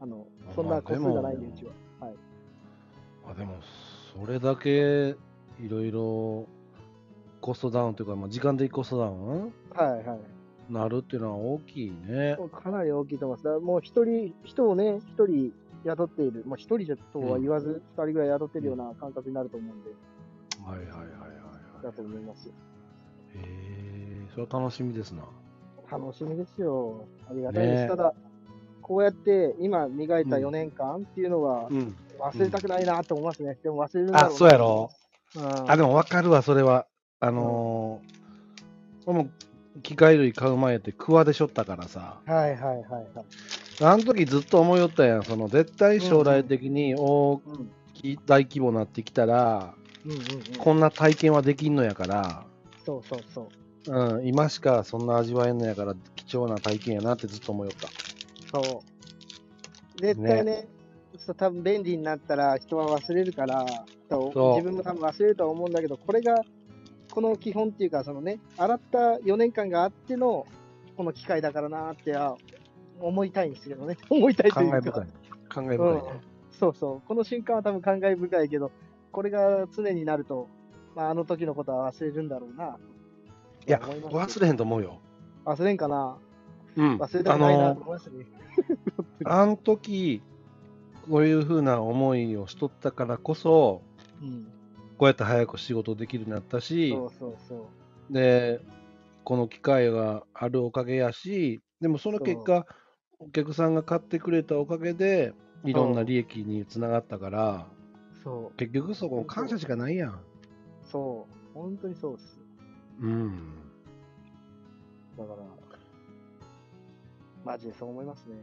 あの、そんな個数がないん
まあで
で、
も
うちは。
まあでも、それだけいろいろコストダウンというか、まあ、時間的コストダウン
はいはい。
なるっていうのは大きいね。
もうかなり大きいと思います。だからもう一人、人をね、一人雇っている、まあ一人じゃとは言わず、二、人ぐらい雇ってるような感覚になると思うんで、
はいはいはいはいは
だ
い。
と思いますよ。
ええそれは楽しみですな。
楽しみですよ。ありがたいです。
ねえ
ただ、こうやって今磨いた
うん
4年間っていうのは
うん。
忘れたくないなと思いますね。でも忘れるんだろう
あ、
な
そうやろ。
うん
あ、でも分かるわ、それは。あのーこの機械類買う前ってクワでしょったからさ、
はいはいはいはい。
あの時ずっと思いよったやん、その絶対将来的に大
うんうん
きい大規模になってきたら、
うんうん。
こんな体験はできんのやから、
そうそうそう。
うん、今しかそんな味わえんのやから、貴重な体験やなってずっと思いよった。
そう。絶対ね、そう多分便利になったら人は忘れるから、
そう
と自分も多分忘れるとは思うんだけど、これが、この基本っていうか、そのね、洗った4年間があっての、この機会だからなーっては思いたいんですけどね、 思いたいと
感
いう
慨
か、
深い。感慨深いね。
そうそう、この瞬間は多分感慨深いけど、これが常になると、まあ、あの時のことは忘れるんだろうな。
いや、
思ます
忘れへんと思うよ。
忘れんかな
うん、
忘れたくないなと思いますね。
あの時、こういうふうな思いをしとったからこそ、
うん、
こうやって早く仕事できるようになったし、
そうそうそう。
で、この機会があるおかげやし、でもその結果、お客さんが買ってくれたおかげで、いろんな利益につながったから、
そう
結局そこ、感謝しかないやん。
そう、本当にそうです。
うん。
だから、マジでそう思いますね。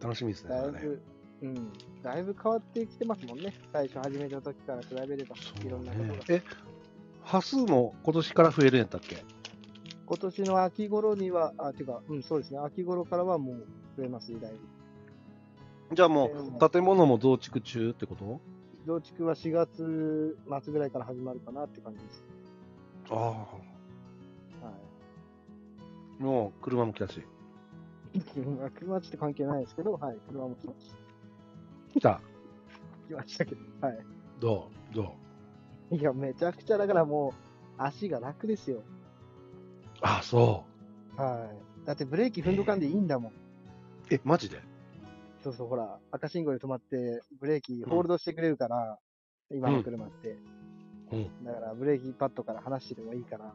楽しみですね。
だい
それね
ぶ、うん、だいぶ変わってきてますもんね。最初始めた時から比べれば、いろんなこと
そ
が。
うねえ、端数も今年から増えるんやったっけ
今年の秋頃には、あ、てか、うん、そうですね。秋頃からはもう増えますね、だいぶ。
じゃあもう、建物も増築中ってこと
増築は4月末ぐらいから始まるかなって感じです。
あ
は
あ、もう車も来たし。
い。車車ちょっと関係ないですけど、はい。車も来まし
来た。
た来ましたけど、はい。
どうどう
いや、めちゃくちゃだからもう、足が楽ですよ。
ああ、そ
はい。だってブレーキ踏んどかんでいいんだもん。
え、マジで
そうそう、ほら、赤信号で止まって、ブレーキホールドしてくれるから、今の車って。
う
だから、ブレーキパッドから離してでもいいから。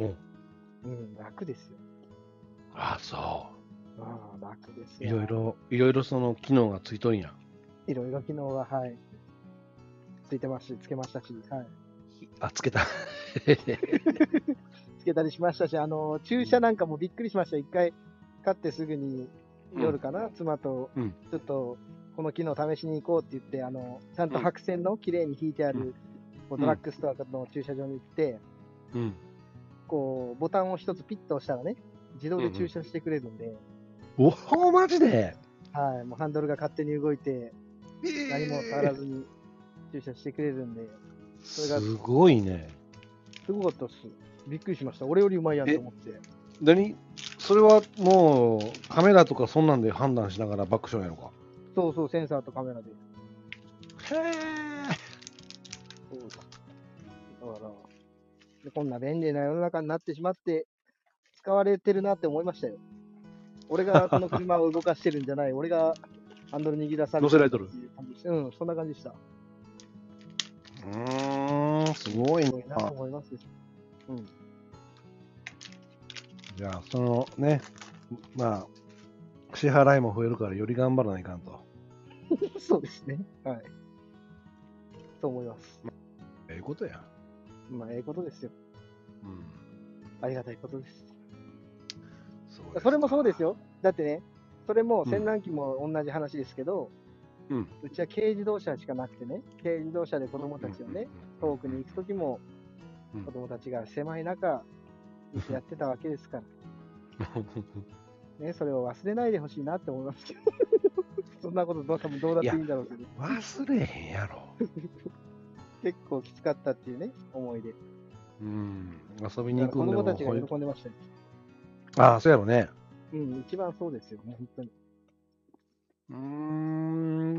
うん。
うん、楽ですよ。
あそ
ああ、楽です
う。い
よ。
ろい。ろ、いろいろその機能がついとんや。
いろいろ機能が、はい。ついてますし、つけましたし、はい。
あ、つけた。
つけたりしましたし、あの、駐車なんかもびっくりしました。一回、買ってすぐに、夜かな、妻と
うん、
ちょっと、この機能試しに行こうって言って、あの、ちゃんと白線の綺麗に引いてある、こう
うん
ドラッグストアの駐車場に行って、
うん。
こう、ボタンを一つピッと押したらね、自動で駐車してくれるんで、
おお、マジで
はい、もうハンドルが勝手に動いて、何も触らずに駐車してくれるんで、それが
すごいね。
すごかったっす。びっくりしました。俺よりうまいやんと思って。
何それはもうカメラとかそんなんで判断しながらバックションやのか
そうそう、センサーとカメラで。
へ
そうだから、でこんな便利な世の中になってしまって、使われてるなって思いましたよ。俺がこの車を動かしてるんじゃない、俺がハンドル握らされて
乗せられとる
っていう感じでしたうん、そんな感じでした。
えうーんすごい
す
な
ごいなと思います。うん。
じゃあそのねまあ支払いも増えるからより頑張らないかんと
そうですね。はい。と思います。
ええことや、
まあ、ええことですよ。
うん、
ありがたいことです。
そうです
それもそうですよ。だってね、それも
うん
洗覧機も同じ話ですけど、
うん
うちは軽自動車しかなくてね、軽自動車で子供たちをね、遠くに行くときも
うん、
子供たちが狭 い中、やってたわけですから、 ね、それを忘れないでほしいなって思いますけど、 そんなことどう多分どうだっていいんだろうけど、
忘れへんやろ
結構きつかったっていうね、思い出。
うん遊び
だ
に
か
行く
ら子
んで
供
も
たちが
ほい
喜んでましたよ。
ああそうやろね
うん、一番そうですよ、本当に。
うー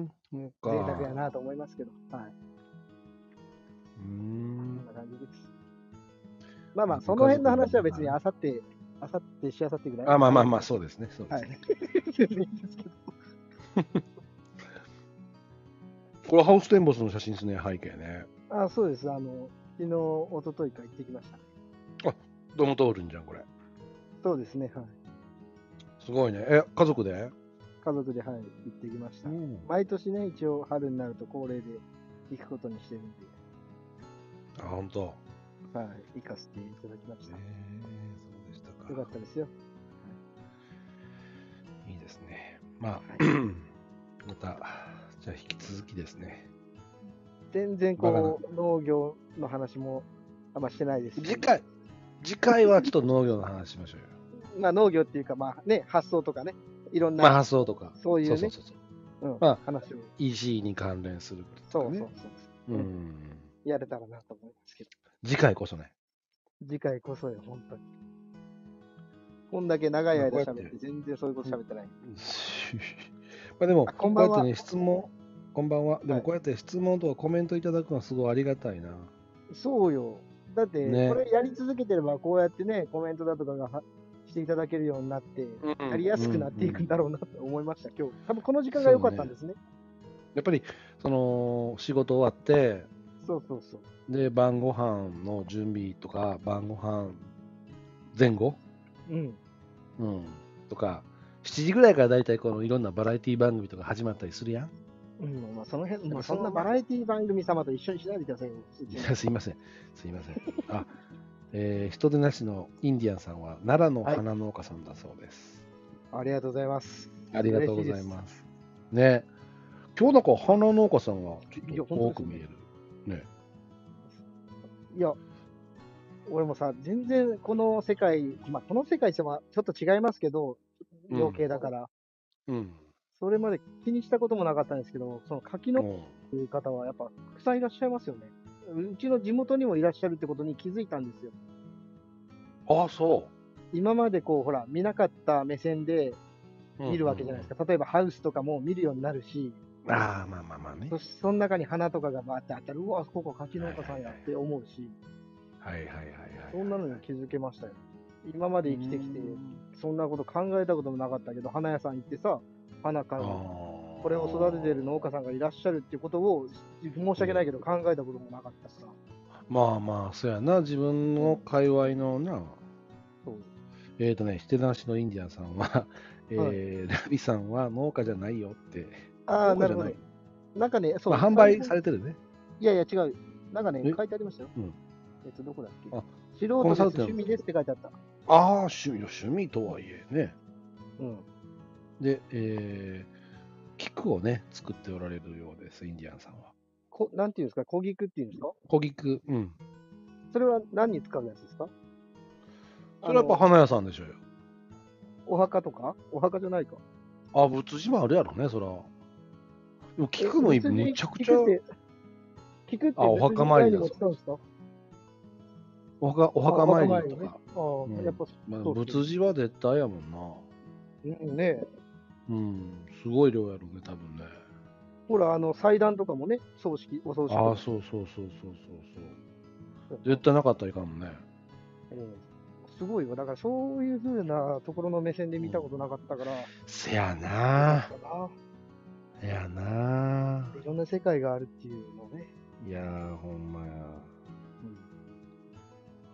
んそうか
贅沢やなと思いますけど、はい、
うー
こ
ん
んな感じです。まあま
ご家
あ、
族
その辺の話は別に
の
あさって、あさって、しあさってぐらい。
あまあまあまあ、そうですね。そうで
は
すね
い。全然いいですけど
これハウステンボスの写真ですね、背景ね。
あ、そうです。あの、昨日、一昨日か行ってきました。
どうも通るんじゃん、これ。
そうですね、はい。
すごいね。え、家族で
家族で、はい、行ってきました。
ん。
毎年ね、一応春になると恒例で行くことにしてるんで、
あ、本当。
はい、行かせていただきまし
えそ
た。
うでした
よかったですよ。
いいですね。まあ、
は
また、じゃあ引き続きですね。
全然こう、農業の話もあんましてないですし
次回、次回はちょっと農業の話しましょ うよ。
まあ農業っていうか、まあね、発想とかね、いろんな、
まあ、発想とか。
そういう
そう
ね、
そうそうそう。
うん
まあ
話を、
EC に関連することと
そ
か
う
ね
そうそう、
うん。
やれたらなと思いますけど、
次回こそね。
次回こそよ、本当に。こんだけ長い間
まあこう
喋
や
っ
って
て、全然そういうこと喋ってない。
まあでも、
あこんばんは
こうやってね、質問、こんばんは。で
は
も、
い
こうやって質問とかコメントいただくのはすごいありがたいな。
そうよ。だって、
ね
これやり続けてれば、こうやってね、コメントだとかがはしていただけるようになって、やりやすくなっていくんだろうなと思いました、今日。多分この時間が良かったんですね。
やっぱり、その、仕事終わって、
そうそうそう。
で、晩ご飯の準備とか、晩ご飯前後、
うん。
うん、とか、7時ぐらいからだいたいこのいろんなバラエティ番組とか始まったりするやん。
うん、まあ、その辺、
ま
ま
あ
あ、そんなバラエティ番組様と一緒にしないでくださいよ。
いやすいません、すいません。あ、えー人手なしのインディアンさんは奈良の花農家さんだそうです。
ありがとうございます。
ありがとうございます。ね、今日なんか花農家さんがち
い
ょ
や
っと多
本
く
当ですね
見える。
いや、俺もさ、全然この世界、まあ、この世界ってまあちょっと違いますけど、
うん
養鶏だから、
うん。
それまで気にしたこともなかったんですけど、その柿の
うん
っていう方はやっぱたくさんいらっしゃいますよね。うちの地元にもいらっしゃるってことに気づいたんですよ。
あ、そ
今までこう、ほら、見なかった目線で
う。
見るわけじゃないですか。例えばハウスとかも見るようになるし、
か。ああ、まあまあまあね。
そその中に花とかがバーってあったら、うわ、ここ柿農家さんやって思うし、
はいはいはいはい。
そんなのに気づけましたよ。今まで生きてきて、そんなこと考えたこともなかったけど、花屋さん行ってさ、花買う、こ
こ
れを育ててる農家さんがいらっしゃるってことを、申し訳ないけど考えたこともなかったしさ。
まあまあ、そうやな、自分の界隈のな、
そう
えっ、とね、ひてなしのインディアンさんは、えーラビさんは農家じゃないよって、
ああ、
農家
な
じ
る
ゃ
ほ
な
ど
い。。
なんかね、そう。
まあ、販売されてるね。
いやいや、違う。なんかね、
え
書いてありましたよ。
うん
えっと、どこだっけ
あ
素人
コ
で
ン
す
サルテント
趣味ですって書いてあった。
ああ、趣味の趣味とはいえね。
うん。
で、えー、菊をね、作っておられるようです、インディアンさんは。
こなんていうんですか、小菊っていうんですか
小菊、うん。
それは何に使うやつですか
それはやっぱ
あの
花屋さんでしょうよ。
お墓とかお墓じゃないか。
あ、仏寺もあるやろね、そら。でも菊も
え
む
別に
ちゃくちゃ
菊っ、て菊って
あお墓
別に
参りだ
何にも使うんですか
お墓お墓参りと
お墓参りね
か。
ああ、
うん
やっぱ、
まあ、
そうそう
仏寺は絶対やもんな。
うんねえ。
うん、すごい量やろうね、多分ね。
ほら、あの、祭壇とかもね、葬式、お葬式とか。
ああ、そうそうそうそうそうそう。絶対なかったらいかんもんね。
うんすごいわ。だから、そういうふうなところの目線で見たことなかったから、
せやな
よかったな
せやない
ろんな世界があるっていうのね。
いやー、ほんまや。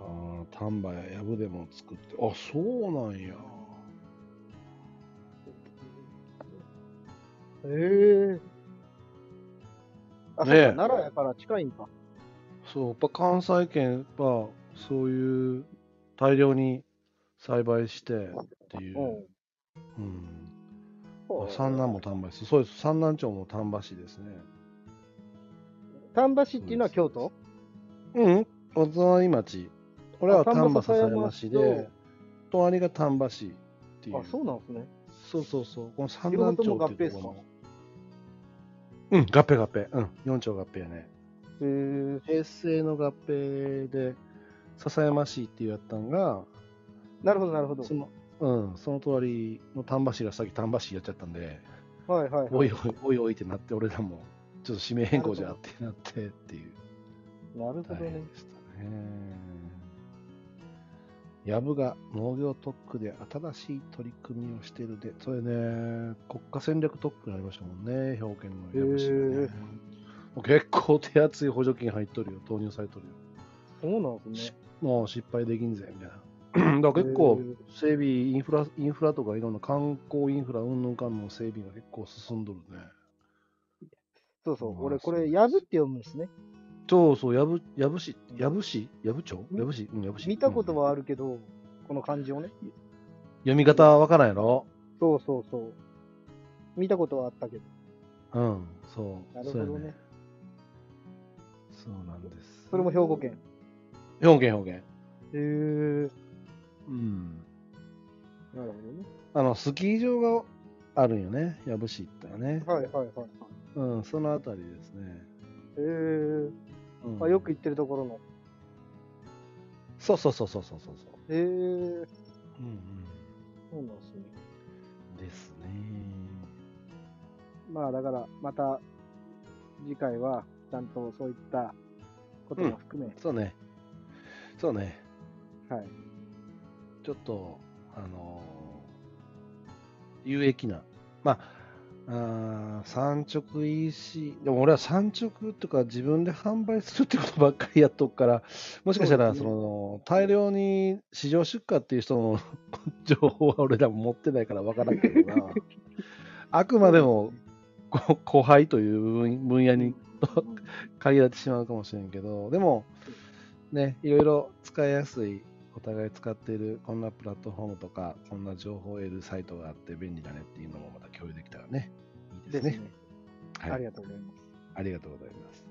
ああ、丹波ややぶでも作って、あ、そうなんや。
ええあ、
ねえ
そうか、奈良やから近いんか。
そう、やっぱ関西圏は、そういう大量に栽培してっていうう。
ん。
うん。あ三男も丹波市。そうです。三男町も丹波市ですね。
丹波市っていうのは京都
うん、小沢町。これは
あ丹
丹
波
波篠
篠
山
山
市
市
で、隣が丹波市っていう。
あ、そうなんですね。
そうそうそう。この三
両方
男
と
町
も合
っていう
併で
と
す
こ
か
ろも。うん、合併合併。うん、四町合併やね。
へえ
平成の合併で、篠山市っていうやったんが、
なるほど、なるほど。
その、うん、その隣の丹波市が先丹波市やっちゃったんで、
はいはい、
お
はい
いおい、おいおいってなって、俺らも、ちょっと指名変更じゃってなってっていう。
なるほど
大
ね
変。でしたね。やぶが農業特区で新しい取り組みをしているで、それね、国家戦略特区になりましたもんね、兵庫県のやぶ市がね
へえ
もう結構手厚い補助金入っとるよ、投入されとるよ。
そうなんですね。
もう失敗できんぜ、みたいな。 だから結構
へえ、
整備、インフラ、インフラとかいろんな観光インフラ、うんぬんかんの整備が結構進んどるね。
そうそ
まあ
う。俺、
そ
こ
う
れ、
です
やぶって読むんですね。
そうそう、やぶ、やぶ市、やぶ市、やぶ町やぶ市、うん、やぶ市。
見たこと
うん
はあるけど、この漢字をね。
読み方はわからんやろ
そうそうそう。見たことはあったけど。
うん、そう。
なるほどね
そうや。そうなんです。
それも兵庫。県。
兵庫県、兵庫県。
へえー。
うん。
なるほどね。
あの、スキー場があるんよね。矢部市行ったらね。
はいはいはいはい。
うん、そのあたりですね。
へえー。
うん、
あよく行ってるところの。
そうそうそうそうそうそう。
へえー。
うん
そうなんですね。
うん。ですね。
まあだから、また次回は、ちゃんとそういったことも含め、
そうね。そうね。
はい。
ちょっと、あのー有益な、まあ、あー産直 EC、でも俺は産直とか自分で販売するってことばっかりやっとくから、もしかしたら、そ
そうですね
の、大量に市場出荷っていう人の 情報は俺らも持ってないからわからんけど な。あくまでも、こ 後輩という分分野に限られてしまうかもしれんけど、でも、ね、いろいろ使いやすい、お互い使っている、こんなプラットフォームとか、こんな情報を得るサイトがあって便利だねっていうのもまた共有できたらね、いいで
ですす
ね。
ね。
はい
ありがとうございます。
ありがとうございます。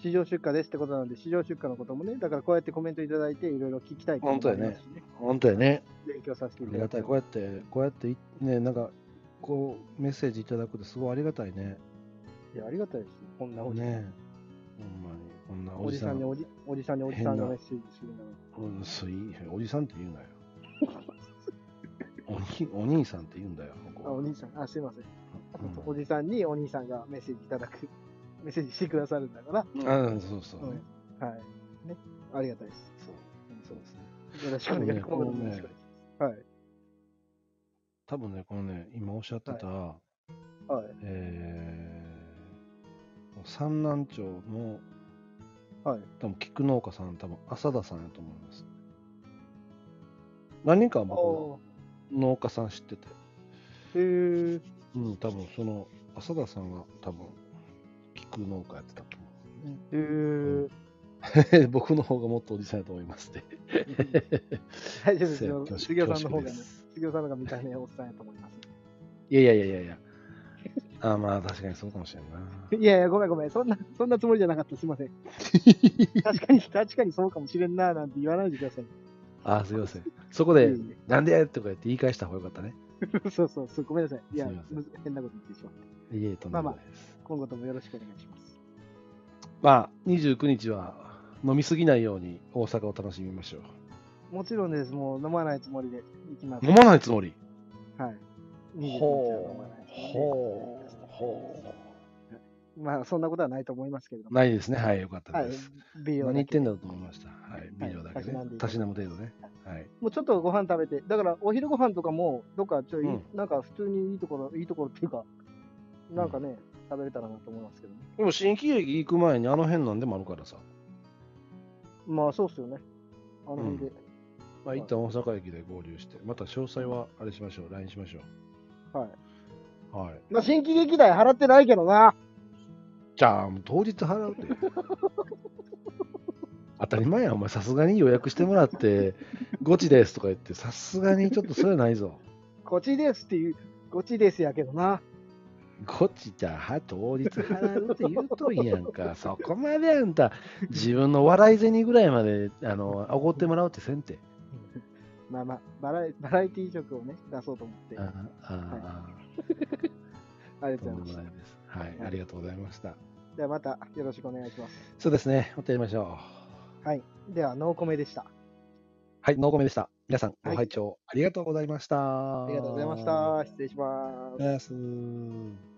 市場出荷ですってことなんで、市場出荷のこともね、だからこうやってコメントいただいて、いろいろ聞きたいってこともありますしね。
本当やね、
勉強させてい
あ
た
り
だ
が
い
た
て
い。。こうやって、こうやってい、ね、なんか、こう、メッセージいただくってすごいありがたいね。
いや、ありがたいです。こんなおじ,、
ね。ほんまに、こんなお
お
じ
じ
さ
さん
ん。
におじおじさんにおじさん
変な
がメッセージするなら。
うん、そういいおじさんって言うなよ。おにお兄さんって言うんだよ、こ
あ、
こ
お兄さん、あ、すいませ
う
ん。
ん
おじさんにお兄さんがメッセージいただく、メッセージしてくださるんだから、
あそうそう、ね
うんはい。ね、ありがたいです。
そう
よろしくお願いします。
そうね
今後ともよろしくお願いし
多分ね、このね、今おっしゃってた、
ますはい。はい。
えー三男町の、
はい
多分菊農家さん、多分浅田さんやと思います。何人かは僕、
お
農家さん知ってて、
ーへえ。
うん、多分その浅田さんが多分菊農家やってたと思
へー
う、僕の方がもっとおじさんやと思いますね。
大丈夫ですよ。
恐縮
杉尾さんの
恐縮
方がね
です、
杉尾さんの方が見た目おっさんやと思います。
いやいやいやいやいや。あーまあ確かにそうかもしれんな。
いやいや、ごめんごめん。そんな、そんなつもりじゃなかった。すいませ ん。確かに、確かにそうかもしれんな、なんて言わないでください。
あーすいません。そこで
いえ、い
なんでやとか言って言い返した方がよかったね。
えそうそうそう、ごめんなさい。いや、
すいません
むず変なこと言ってしまって。
いえ、とんでもないです。
今後ともよろしくお願いします。
まあ、29日は飲みすぎないように大阪を楽しみましょう。
もちろんです。もう飲まないつもりで行きます。
飲まないつもり
はい。
ほう。
ほ
ほう。ほ
う。まあ、そんなことはないと思いますけれど
う。
も。
ないですね。はい、よかった
はい
です。。
美容
何
だ
言って
け
んだろうと思いました。はい、ビデオだけね
はい。
たしなむ程度ね。はい。
もうちょっとご飯食べて、だからお昼ご飯とかも、どっかちょい、
うん
なんか普通にいいところ、いいところっていうか、なんかね、食べれたらなと思いますけどね。
でも新喜劇行く前にあの辺なんでもあるからさ。
まあ、そうっすよね。あの辺で。
まあ、一旦大阪駅で合流して、また詳細はあれしましょう。LINE しましょ
はい。
う。はい。
まあ、新喜劇代払ってないけどな。
じゃあ、もう当日払うて。当たり前や、お前、さすがに予約してもらって、 ゴチですとか言って、さすがにちょっとそれはないぞ。
こっちですっていう、こっちですやけどな。
ゴチじゃは当日払うって言うとんやんか、そこまであんた、自分の笑い銭ぐらいまで、あの、おごってもらうってせんて。
まあまあ、バラエバラエティー色をね、出そうと思って。
あ
あ
あ、あ
り
あ、
が
と
と
ん
う
で
ござい
もな
まし
いです。はい、ありがとうございました。
た。ではまたよろしくお願いします。
そうですね、またやりましょう。
はい。では、ノーコメでした。
はい、ノーコメントでした。皆さん、
はい
ご拝聴ありがとうございました。
ありがとうございました。失礼します。
Yes.